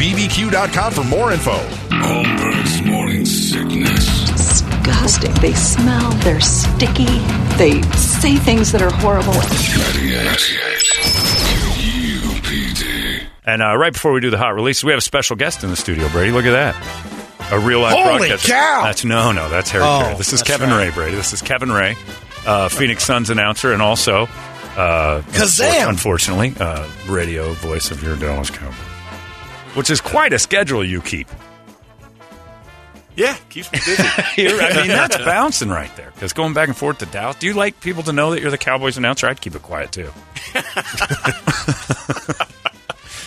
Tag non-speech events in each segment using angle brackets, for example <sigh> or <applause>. BBQ.com for more info. Holmberg's morning sickness. disgusting. They smell, they're sticky, they say things that are horrible. 98. UPD. And uh, right before we do the hot release, we have a special guest in the studio, Brady. Look at that. A real life Holy broadcaster. cow! That's no, no, that's Harry. Oh, Carey. this is that's Kevin right. Ray, Brady. This is Kevin Ray, uh, Phoenix Suns announcer, and also uh, Kazam! Unfortunately, uh, radio voice of your Dallas Cowboys, which is quite a schedule you keep. Yeah, keeps me busy. <laughs> Here, I mean, that's <laughs> bouncing right there. Because going back and forth to Dallas, do you like people to know that you're the Cowboys announcer? I'd keep it quiet too.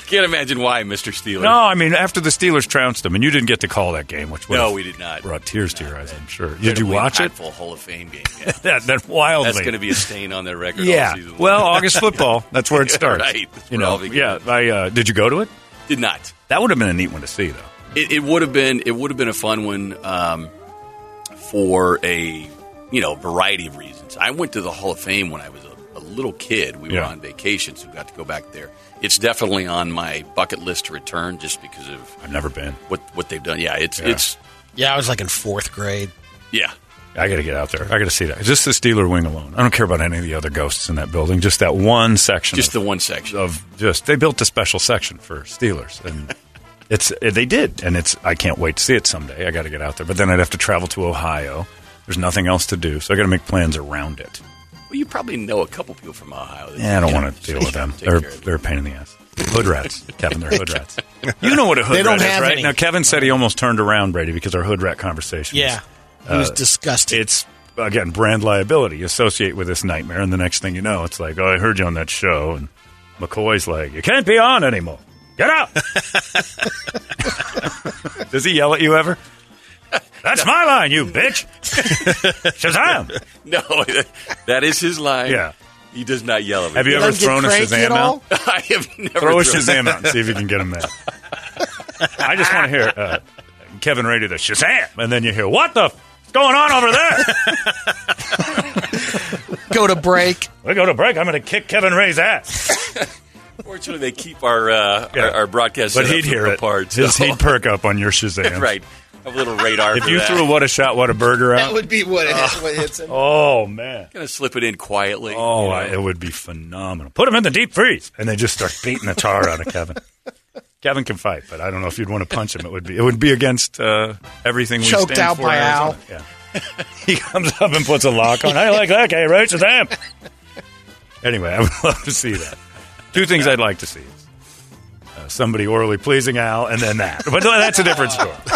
Can't imagine why, Mr. Steeler. No, I mean after the Steelers trounced them, and you didn't get to call that game, which No, would've we did not. Brought tears to your eyes, I'm sure. Did you watch it? Full Hall of Fame game. yeah. <laughs> That that wildly. That's going to be a stain on their record. yeah. All season long. <laughs> Well, August football. That's where it Yeah, starts. right. That's You where know. all the- Yeah. I uh, did you go to it? did not. That would have been a neat one to see, though. It, it would have been. It would have been a fun one um, for a you know variety of reasons. I went to the Hall of Fame when I was a, a little kid. We were Yeah. on vacation, so we got to go back there. It's definitely on my bucket list to return, just because of I've never been. what what they've done. Yeah, it's Yeah. it's Yeah, I was like in fourth grade. yeah. I got to get out there. I got to see that. Just the Steeler wing alone. I don't care about any of the other ghosts in that building. Just that one section. Just of- the one section. of just they built a special section for Steelers and it's they did and it's I can't wait to see it someday. I got to get out there, but then I'd have to travel to Ohio. There's nothing else to do, so I got to make plans around it. Well, you probably know a couple people from Ohio. that- Yeah, I don't want to deal with them. <laughs> Take They're care of it. they're a pain in the ass. Hood rats, Kevin. They're hood rats. <laughs> You know what a hood They don't rat is, have right? any. Now Kevin said he almost turned around Brady because our hood rat conversation. was- Yeah, he Uh, was disgusted. it's again brand liability. You associate with this nightmare, and the next thing you know, it's like, oh, I heard you on that show, and McCoy's like, you can't be on anymore. Get out. <laughs> Does he yell at you ever? That's my line, you bitch. <laughs> Shazam! <laughs> No, that is his line. Yeah. He does not yell at me. Have you They ever don't get thrown a cranky Shazam at out? all? <laughs> I have never Throw a thrown- Shazam out and see if you can get him there. I just want to hear uh, Kevin Ray do the Shazam, and then you hear what the f- is going on over there. <laughs> Go to <laughs> break. we go to break. I'm going to kick Kevin Ray's ass. Fortunately, they keep our uh, Yeah. our, our broadcast. But setups he'd hear it. apart. so- His, he'd perk up on your Shazam. <laughs> right. Have a little radar. If for you that. threw a what a shot, what a burger out. Ah. would be what, it, what hits him. oh man. gonna slip it in quietly. Oh, you know. I, it would be phenomenal. Put him in the deep freeze, and they just start beating the tar out of Kevin. <laughs> Kevin can fight, but I don't know if you'd want to punch him. It would be it would be against uh, everything we Choked stand out for by in Arizona. Al. Yeah. <laughs> he comes up and puts a lock on. I like that guy, right? Shazam. Anyway, I would <laughs> love to see that. Two things I'd like to see. is, Uh, somebody orally pleasing Al, and then that. But that's a different story. <laughs>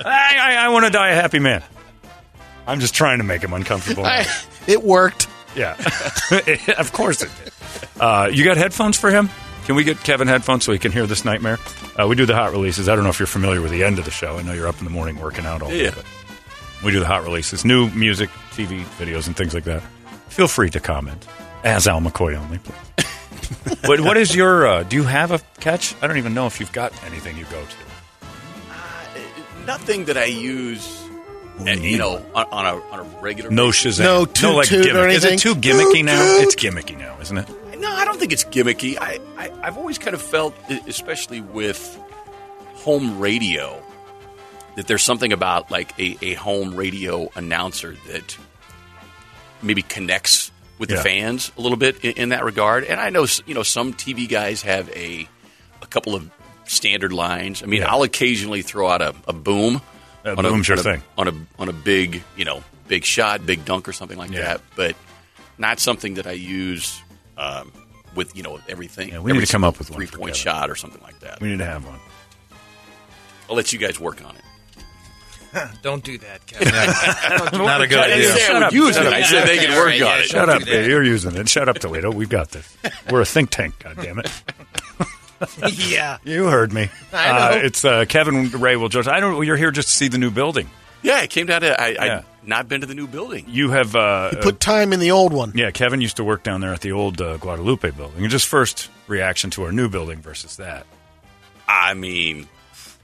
I, I, I want to die a happy man. I'm just trying to make him uncomfortable. It worked. Yeah, <laughs> of course it did. Uh, you got headphones for him? Can we get Kevin headphones so he can hear this nightmare? Uh, we do the hot releases. I don't know if you're familiar with the end of the show. I know you're up in the morning working out all day. Yeah. But we do the hot releases, new music, TV videos, and things like that. Feel free to comment as Al McCoy only, please. <laughs> what, what is your? Uh, do you have a catch? I don't even know if you've got anything you go to. Uh, Nothing that I use, eh, you know, on, on a on a regular. No Shazam. No toot no like toot or gimmick. Is it anything? too gimmicky Toot now? It's gimmicky now, isn't it? No, I don't think it's gimmicky. I, I I've always kind of felt, e- especially with home radio, that there's something about like a, a home radio announcer that maybe connects with Yeah. the fans a little bit in, in that regard. And I know s- you know some TV guys have a a couple of standard lines. I mean, Yeah. I'll occasionally throw out a, a boom. Uh, boom's your on thing. on a on a big you know big shot, big dunk or something like Yeah. that, but not something that I use um, with you know everything. Yeah, we need to come up with one three for point Kevin. shot or something like that. We need to have one. I'll let you guys work on it. Don't do that, Kevin. Not a good I idea. didn't say I Shut would up, use shut it. up. I said they could work Yeah, on it. yeah, sure. Shut Don't up. do that. You're using it. Shut up, Toledo. We've got this. We're a think tank, God damn it. <laughs> yeah. You heard <laughs> me. I know. Uh, it's uh, Kevin Ray will judge. I don't. You're here just to see the new building. Yeah, I came down to. I, Yeah. I'd not been to the new building. You have. Uh, uh, Put time in the old one. yeah, Kevin used to work down there at the old uh, Guadalupe building. And just first reaction to our new building versus that. I mean,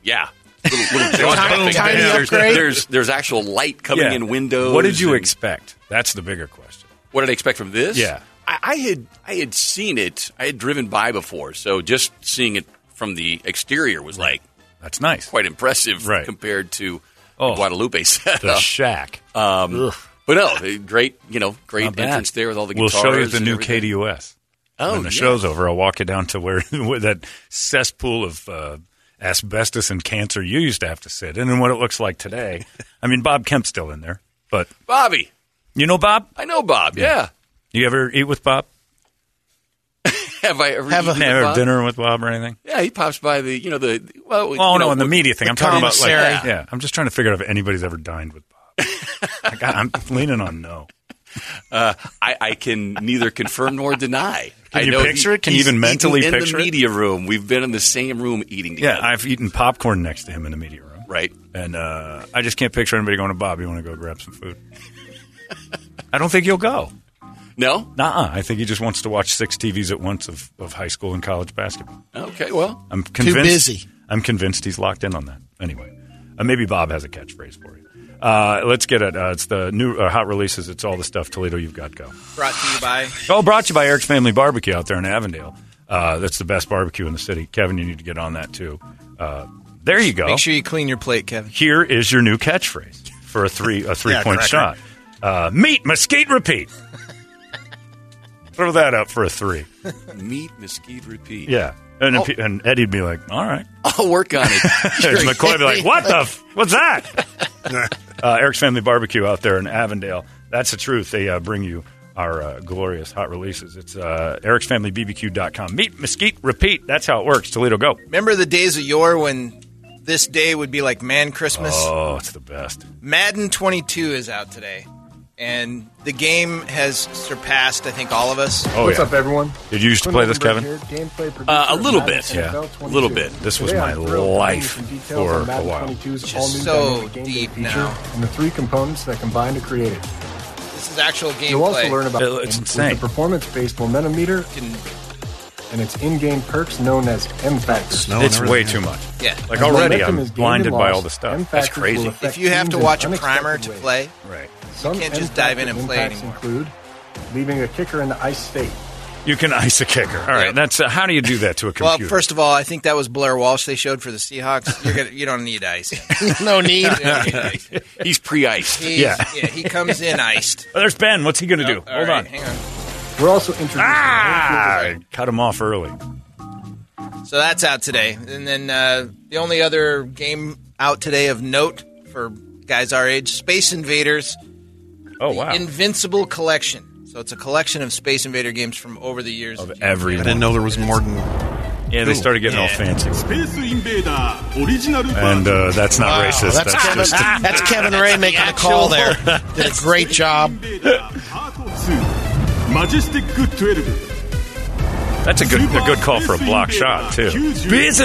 yeah. <laughs> Little, little jaw Tiny- dropping. tiny there's, upgrade. there's there's actual light coming Yeah. in windows. What did you and- expect? That's the bigger question. What did I expect from this? Yeah. I, I had I had seen it. I had driven by before, so just seeing it from the exterior was like That's nice. quite impressive Right. compared to Oh. the Guadalupe the setup. shack. Um, but no, the great you know Not great bad. entrance there with all the We'll guitars. show you the and new everything. KDUS. Oh, when the yeah. show's over, I'll walk you down to where, <laughs> where that cesspool of uh, asbestos and cancer you used to have to sit in, and what it looks like <laughs> today. I mean, Bob Kemp's still in there, but Bobby. you know Bob. I know Bob. Yeah. <laughs> You ever eat with Bob? Have I ever eaten <laughs> Have a- with Never Bob? dinner with Bob or anything? Yeah, he pops by the you know the well. Oh you no, know, in the media thing. I'm talking about like yeah. commissary. I'm just trying to figure out if anybody's ever dined with <laughs> Bob. I got, I'm leaning on no. uh, I, I can neither confirm nor deny. <laughs> Can I you know picture he- it? Can you he's even eaten mentally in picture it? the media room? We've been in the same room eating. Yeah, together. I've eaten popcorn next to him in the media room. right. And uh, I just can't picture anybody going to Bob. You want to go grab some <laughs> food? I don't think you'll go. No. Nah, I think he just wants to watch six TVs at once of, of high school and college basketball. Okay. Well, I'm convinced. busy. I'm convinced he's locked in on that. Anyway, uh, maybe Bob has a catchphrase for you. Uh, let's get it. Uh, it's the new uh, hot releases. It's all the stuff Toledo. You've got go. Brought to you by. Oh, brought to you by Eric's Family Barbecue out there in Avondale. Uh, that's the best barbecue in the city. Kevin, you need to get on that too. Uh, there you go. Make sure you clean your plate, Kevin. Here is your new catchphrase for a <laughs> three a three point shot. cracker. Uh, meet mesquite repeat. Throw that up for a three. meet mesquite repeat. Yeah. And, if he- and Eddie'd be like, all right. I'll work on <laughs> it. <laughs> And McCoy would be like, what the? F- what's that? uh, Eric's Family Barbecue out there in Avondale. That's the truth. They uh, bring you our uh, glorious hot releases. It's uh, ericsfamilybbq.com. Meet, mesquite, repeat. That's how it works. Toledo, go. Remember the days of yore when this day would be like Man Christmas? Oh, it's the best. Madden 22 is out today, and the game has surpassed, I think, all of us. Oh, What's yeah. up, everyone? Did you used to play this, Kevin? Uh, a little bit. Yeah. A little bit. This was my life for a while. Just so deep now. And the three components that combine to create it. This is actual gameplay. You'll also learn about It- with it's insane. the performance-based momentum meter Can- and its in-game perks known as M factors. Snow and It's way everything. too much. Yeah. Like already, Momentum I'm is gained blinded and by lost. all the stuff. M That's factors will crazy. affect if you have teams to in watch a unexpected primer to ways. play, Right. Some can't M just dive in factor and play impacts anymore. Include leaving a kicker in the ice state. You can ice a kicker. All right. Yep. That's uh, how do you do that to a well, computer? first of all, I think that was Blair Walsh they showed for the Seahawks. You're gonna, you don't need ice. <laughs> No <laughs> need. You don't need ice. He's pre-iced. He's- Yeah. yeah, he comes <laughs> in iced. Oh, there's Ben. What's he going to do? Oh, all Hold right, on. hang on. We're also introducing Ah! <laughs> Cut him off early. So that's out today, and then uh, the only other game out today of note for guys our age, Space Invaders. Oh, wow. Invincible Collection. So it's a collection of Space Invader games from over the years. Of I everyone. didn't know there was more than. Yeah, they started getting all fancy. And And uh, that's not racist. Oh, <laughs> that's, That's, Kevin, just. <laughs> uh, that's Kevin Ray making a call there. Did a great job. Majestic 12. That's a good a good call for a block shot too.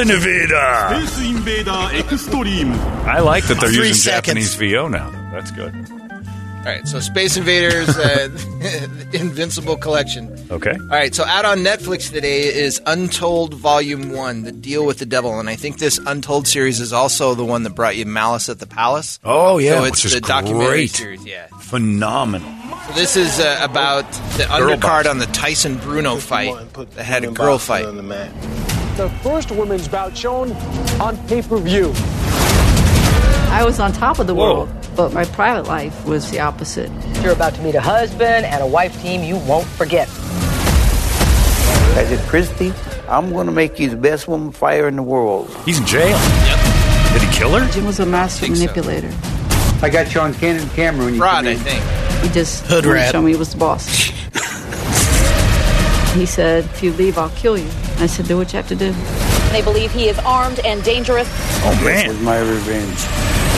Bizinavida. Space Invader Extreme. I like that they're Three using seconds. Japanese VO now. That's good. All right, so Space Invaders, uh, <laughs> Invincible Collection. Okay. All right, so out on Netflix today is Untold Volume 1, The Deal with the Devil. And I think this Untold series is also the one that brought you Malice at the Palace. Oh yeah, So it's which is the documentary great. series, yeah. Phenomenal. So this is uh, about the Girl undercard on the Tyson Bruno fight that had a girl fight. The first women's bout shown on pay per view. I was on top of the world, but my private life was the opposite. You're about to meet a husband and a wife team you won't forget. I said, Christy, I'm going to make you the best woman fighter in the world. He's in jail. Did he kill her? Jim was a master Think so. manipulator. I got you on candid camera when you Fraud, come I in. think. He just Hood wanted to rat. show me he was the boss. he said, "If you leave, I'll kill you." I said, "Do what you have to do." They believe he is armed and dangerous. Oh man, was my revenge.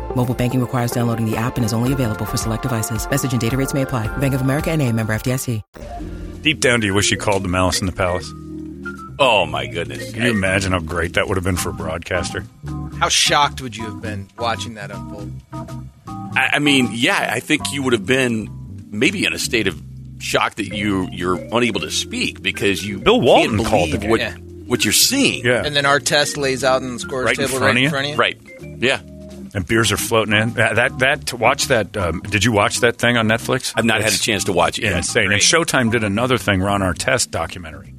Mobile banking requires downloading the app and is only available for select devices. Message and data rates may apply. Bank of America and a member FDIC. Deep down, do you wish you called the Malice in the Palace? Oh my goodness! Can you imagine how great that would have been for a broadcaster? How shocked would you have been watching that unfold? I, I mean, yeah, I think you would have been maybe in a state of shock that you you're unable to speak because you Bill Walton can't called the believe game. what Yeah. what you're seeing. And then Artest lays out on the scores Right in table front right in of front of you? you. Right. Yeah. And beers are floating in. Uh, That that to watch that. Um, did you watch that thing on Netflix? I've not had a chance to watch it yet. Insane. And Showtime did another thing, Ron Artest documentary,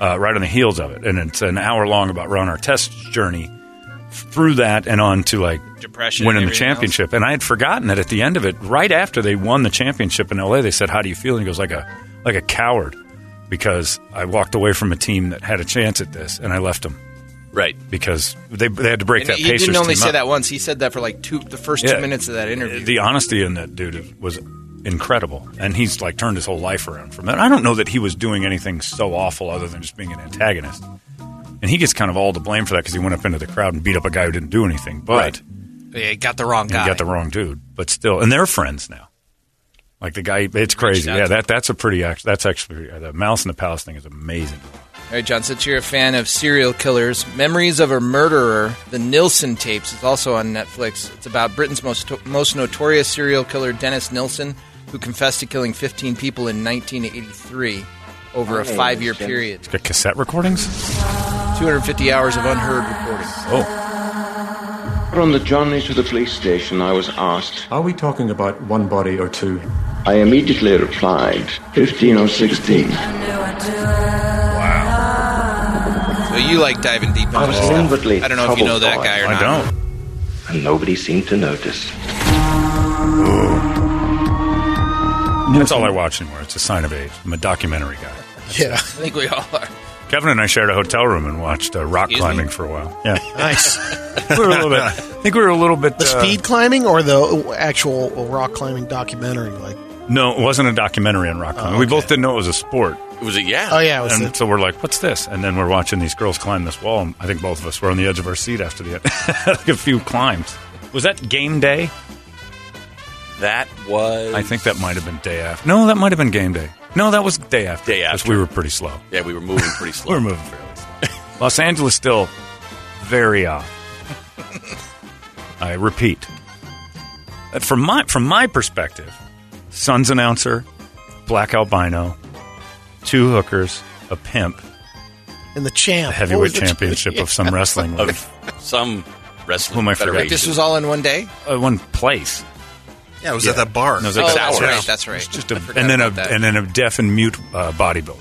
uh, right on the heels of it, and it's an hour long about Ron Artest's journey through that and on to like Depression winning and the everything else. championship. And I had forgotten that at the end of it, right after they won the championship in L.A., they said, "How do you feel?" And he goes, "Like a like a coward." Because I walked away from a team that had a chance at this, and I left them. Right, because they, they had to break And that. he Pacers didn't only team say up. that once. He said that for like two, the first Yeah. Uh, two minutes of that interview. The honesty in that dude was incredible, and he's like turned his whole life around from that. I don't know that he was doing anything so awful other than just being an antagonist, and he gets kind of all the blame for that because he went up into the crowd and beat up a guy who didn't do anything, but Yeah, he got the wrong uh, he guy. got the wrong dude. But still, and they're friends now. Like the guy, it's crazy. out Yeah, to that that's a pretty. act- That's actually uh, the Mouse in the Palace thing is amazing. All right, John, since you're a fan of serial killers, Memories of a Murderer, the Nilsson tapes, is also on Netflix. It's about Britain's most, most notorious serial killer, Dennis Nilsson, who confessed to killing 15 people in 1983 over a Hey, five year Jim. period. It's got cassette recordings. 250 hours of unheard reporting. Oh. On the journey to the police station, I was asked, Are we talking about one body or two? I immediately replied, oh 15 or 16. So you like diving deep into I was this stuff. inwardly I don't know if you know troubled that by it. guy or I not. don't. And nobody seemed to notice. That's all I watch anymore. It's a sign of age. I'm a documentary guy. Yeah. I think we all are. Kevin and I shared a hotel room and watched uh, rock Excuse climbing me? for a <laughs> while. Yeah, Nice. we were a little bit. I think we were a little bit. The uh, speed climbing or the actual rock climbing documentary? Like, No, it wasn't a documentary on rock climbing. We both didn't know it was a sport. It was a yeah. Oh, yeah, it was and the- so we're like, "What's this?" And then we're watching these girls climb this wall. And I think both of us were on the edge of our seat after the <laughs> like a few climbs. Was that game day? That was. I think that might have been day after. No, that might have been game day. No, that was day after. Day 'cause after. We were pretty slow. Yeah, we were moving pretty slow. We're <laughs> moving fairly slow. Los Angeles still very off. I repeat, Uh, from my from my perspective, Suns announcer, black albino, two hookers, a pimp, in the champ. a What heavyweight was the champ? championship Yeah. of some wrestling league. of some wrestling. Who am I federation. forgetting? This was all in one day? Uh, one place. Yeah, it was Yeah. No, it was at oh, the that's Tower. right. That's right. Just a, and then a and then a deaf and mute uh, bodybuilder.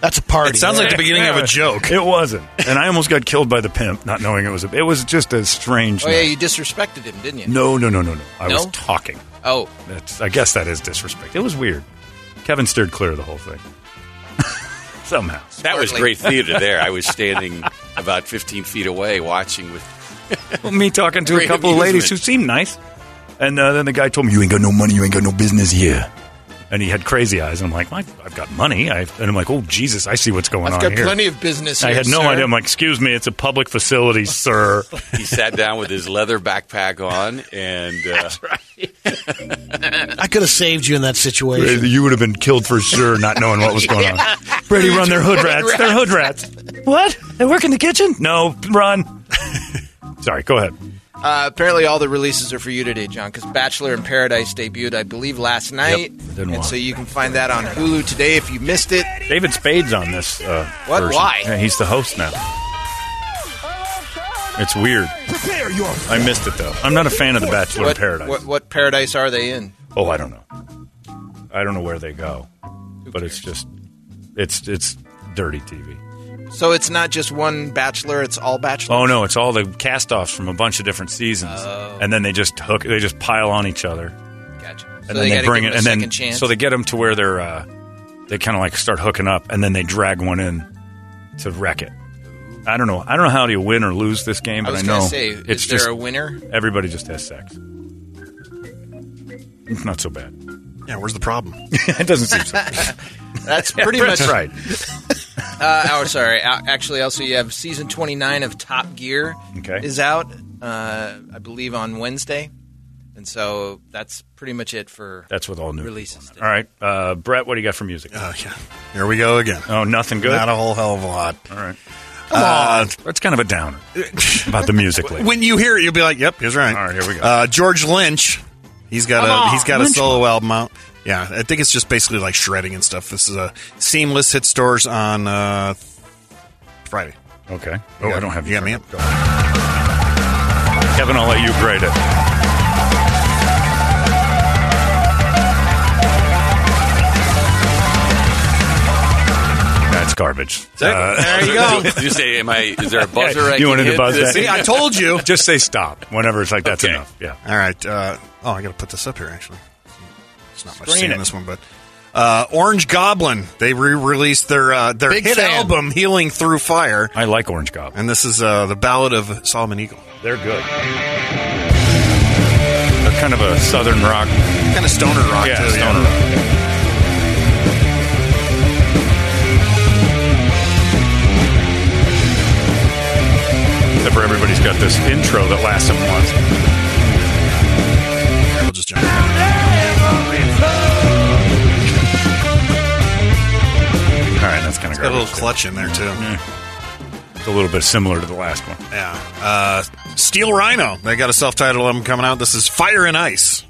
That's a party. It sounds like the beginning of a joke. It wasn't, and I almost got killed by the pimp, not knowing it was. A, it was just a strange. Oh yeah, night. you disrespected him, didn't you? No, no, no, no, no. I No? was talking. Oh. That's, I guess that is disrespect. It was weird. Kevin steered clear of the whole thing. <laughs> Somehow. That was Smartly. great theater there. <laughs> I was standing about 15 feet away watching with. Well, me talking to a Great couple of ladies amusement. who seemed nice. And uh, then the guy told me, You ain't got no money, you ain't got no business here. And he had crazy eyes. And I'm like, "Well, I've got money. i and I'm like, Oh, Jesus, I see what's going I've on got here. plenty of business I here, had no sir. idea. I'm like, Excuse me, it's a public facility, sir. He sat down with his leather backpack on, and uh, <laughs> I could have saved you in that situation. you would have been killed for sure, not knowing what was going <laughs> on. Brady, run their hood rats. They're hood rats. What? They work in the kitchen? No, run. <laughs> Sorry, go ahead. Uh, apparently, all the releases are for you today, John, because Bachelor in Paradise debuted, I believe, last night. didn't and watch so you can find that on Hulu today if you missed it. David Spade's on this. Uh, What? version. Why? Yeah, he's the host now. It's weird. Prepare your. I missed it though. I'm not a fan of The Bachelor what, in Paradise. What, what paradise are they in? Oh, I don't know. I don't know where they go, but it's just it's it's dirty TV. So it's not just one Bachelor; it's all Bachelor. Oh no, it's all the cast-offs from a bunch of different seasons, Oh. and then they just hook they just pile on each other, Gotcha. So and then they gotta they bring give it, and them a then second chance. so they get them to where they're uh, they kind of like start hooking up, and then they drag one in to wreck it. I don't know. I don't know how do you win or lose this game, but I I, was know gonna say, is it's there just <laughs> a winner? Everybody just has sex. It's not so bad. Yeah, where's the problem? <laughs> it doesn't seem so. That's <laughs> pretty Brent's much right. Uh, oh, sorry. Uh, Actually, also you have season twenty nine of Top Gear Okay. is out, uh, I believe, on Wednesday, and so that's pretty much it for That's with all new releases. All right, uh, Brett, what do you got for music? Oh yeah, Uh, here we go again. Oh, nothing good. Not a whole Uh, hell of a lot. All right, Come on. that's kind of a downer about the <laughs> music. Later. When you hear it, you'll be like, "Yep, he's right." All right, here we go. Uh, George Lynch, he's got Come a on, he's got Lynch a solo album out. Yeah, I think it's just basically like shredding and stuff. This is a Seamless hit stores on uh, Friday. Okay. Oh, I don't have you got me up. Kevin, I'll let you grade it. That's garbage. Uh, Did you say, "Am I? Is there a buzzer?" I you can wanted hit? to buzz that? See, I told. you. <laughs> Just say stop whenever it's like that's Okay. enough. Yeah. All right. Uh, oh, I got to put this up here. Actually, it's not much Screen seeing it. this one, but uh, Orange Goblin. They re-released their uh, their Big hit fan. album, Healing Through Fire, I like Orange Goblin. and this is uh, the Ballad of Solomon Eagle. They're good. They're kind of a southern rock. Kind of stoner rock. Yeah, too, stoner yeah. rock. Except for everybody's got this intro that lasts them once. We'll just jump. All right, that's kind of It's got a little clutch in there too. It's a little bit similar to the last one. Yeah. Uh, Steel Rhino. They got a self-titled album coming out. This is Fire and Ice.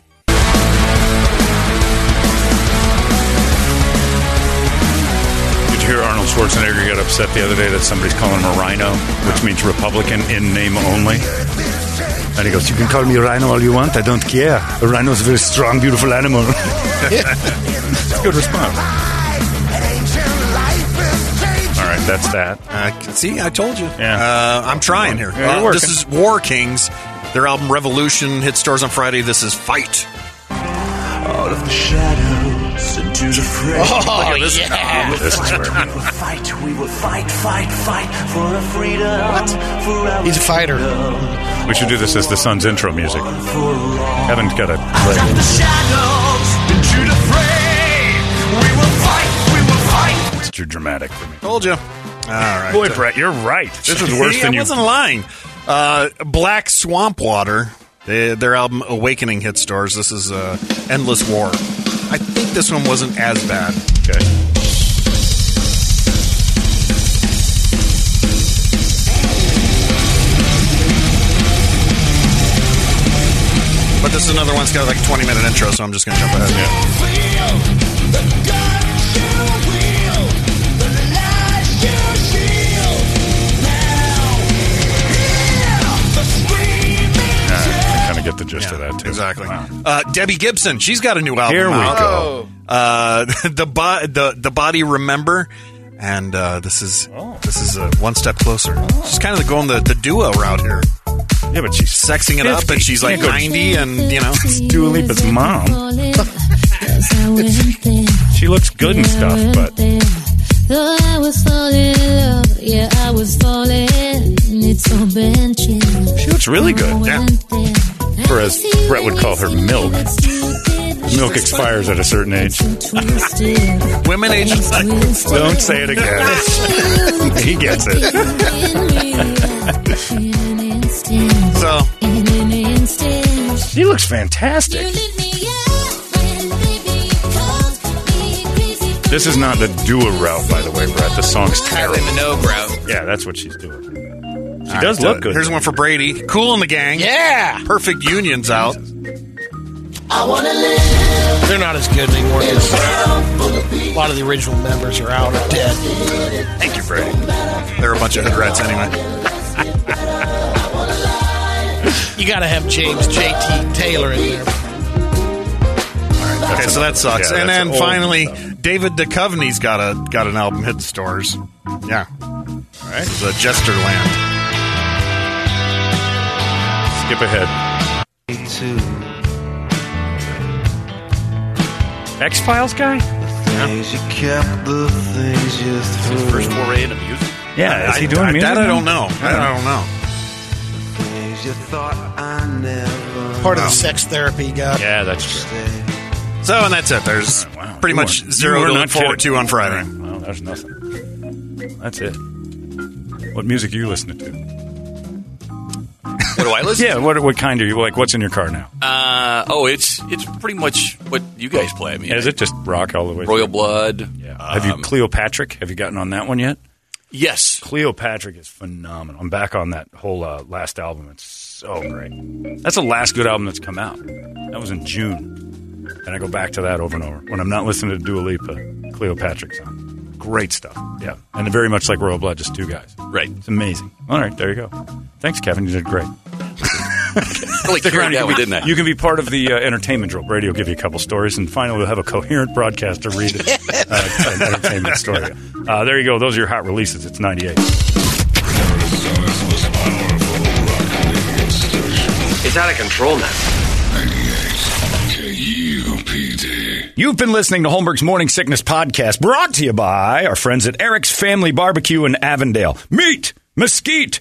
Did you hear Arnold Schwarzenegger get upset the other day that somebody's calling him a rhino, which means Republican in name only? And he goes, You can call me a rhino all you want. I don't care. A rhino's a very strong, beautiful animal. <laughs> It's a good response. All right, that's that. Uh, see, I told you. Yeah. Uh, I'm trying here. Yeah, you're Uh, this working. is War Kings. Their album Revolution hit stores on Friday. This is Fight. Out of the shadows into the fray. Oh, Look at this. yeah. We will <laughs> This is fight, where- we will fight, we will fight, fight, fight for our freedom. For our He's a fighter. We should do this as the Sun's intro music. Kevin's got a. the shadows into the fray. We will fight, we will fight. It's too dramatic for me. Told you. All right. Boy, Brett, you're right. This <laughs> is worse See, than I you. wasn't lying. Uh, Black Swamp Water. They, their album Awakening hit stores. This is uh, Endless War. I think this one wasn't as bad. Okay. But this is another one that's got like a 20 minute intro, so I'm just going to jump ahead. I kind of get the gist of that, too. Exactly. Wow. Uh, Uh, Debbie Gibson, she's got a new album. Here we <laughs> out. go. Uh, the, bo- the the body remember, and uh, this is oh. this is uh, one step closer. She's kind of going the, the duo route here. Yeah, but she's sexing it up, 50. and she's like Yeah, good. ninety, and you know, it's Dua Lipa's mom. She looks good and stuff, but Though I was falling in love, yeah, I was falling. It's so benching. she looks really good. Yeah. Or as Brett would call her milk. Milk expires at a certain age. Women age. Don't say it <laughs> again. he gets it. So She looks fantastic. This is not the Dua route, by the way, Brett. The song's terrible. Minogue route. Yeah, that's what she's doing. She All does right, look uh, good. Here's one for Brady. Cool in the gang. Yeah. Perfect unions out. They're not as good anymore. 'cause A lot of the original members are out or dead. Thank you, Brady. They're a bunch of hood rats anyway. <laughs> You got to have James J.T. Taylor in there. Okay, so that sucks. Yeah, and that's then old finally, stuff. David Duchovny's got a got an album hit the stores. Yeah. All right. The Jesterland. Skip ahead. X Files guy? His first foray into music. Yeah, is he I- doing I- music? That I now? don't know. That I don't know. Part of the sex therapy guy. Yeah, that's true. So, and that's it. There's pretty You much are- zero you are to look not forward kidding. to on Friday. Well, there's nothing. That's it. What music are you listening to? What do I listen? Yeah, what what kind are you like? What's in your car now? Uh, oh, it's it's pretty much what you guys play. I mean, Is it just rock all the way? Royal Blood. Yeah. Um, Have you Cleopatra? Have you gotten on that one yet? <laughs> Yes. Cleopatra is phenomenal. I'm back on that whole uh, last album. It's so great. That's the last good album that's come out. That was in June, and I go back to that over and over when I'm not listening to Dua Lipa. Cleopatra's on. Great stuff. Yeah, and very much like Royal Blood, just two guys. Right. It's amazing. All right, there you go. Thanks, Kevin. You did great. Really Stick around. You can, carried that be, one, didn't I? you can be part of the uh, entertainment drill. Brady will give you a couple stories, and finally, we'll have a coherent broadcaster read <laughs> uh, an entertainment story. Uh, there you go. Those are your hot releases. It's 98. It's out of control now. KUPD. You've been listening to Holmberg's Morning Sickness Podcast, brought to you by our friends at Eric's Family Barbecue in Avondale. Meet, mesquite,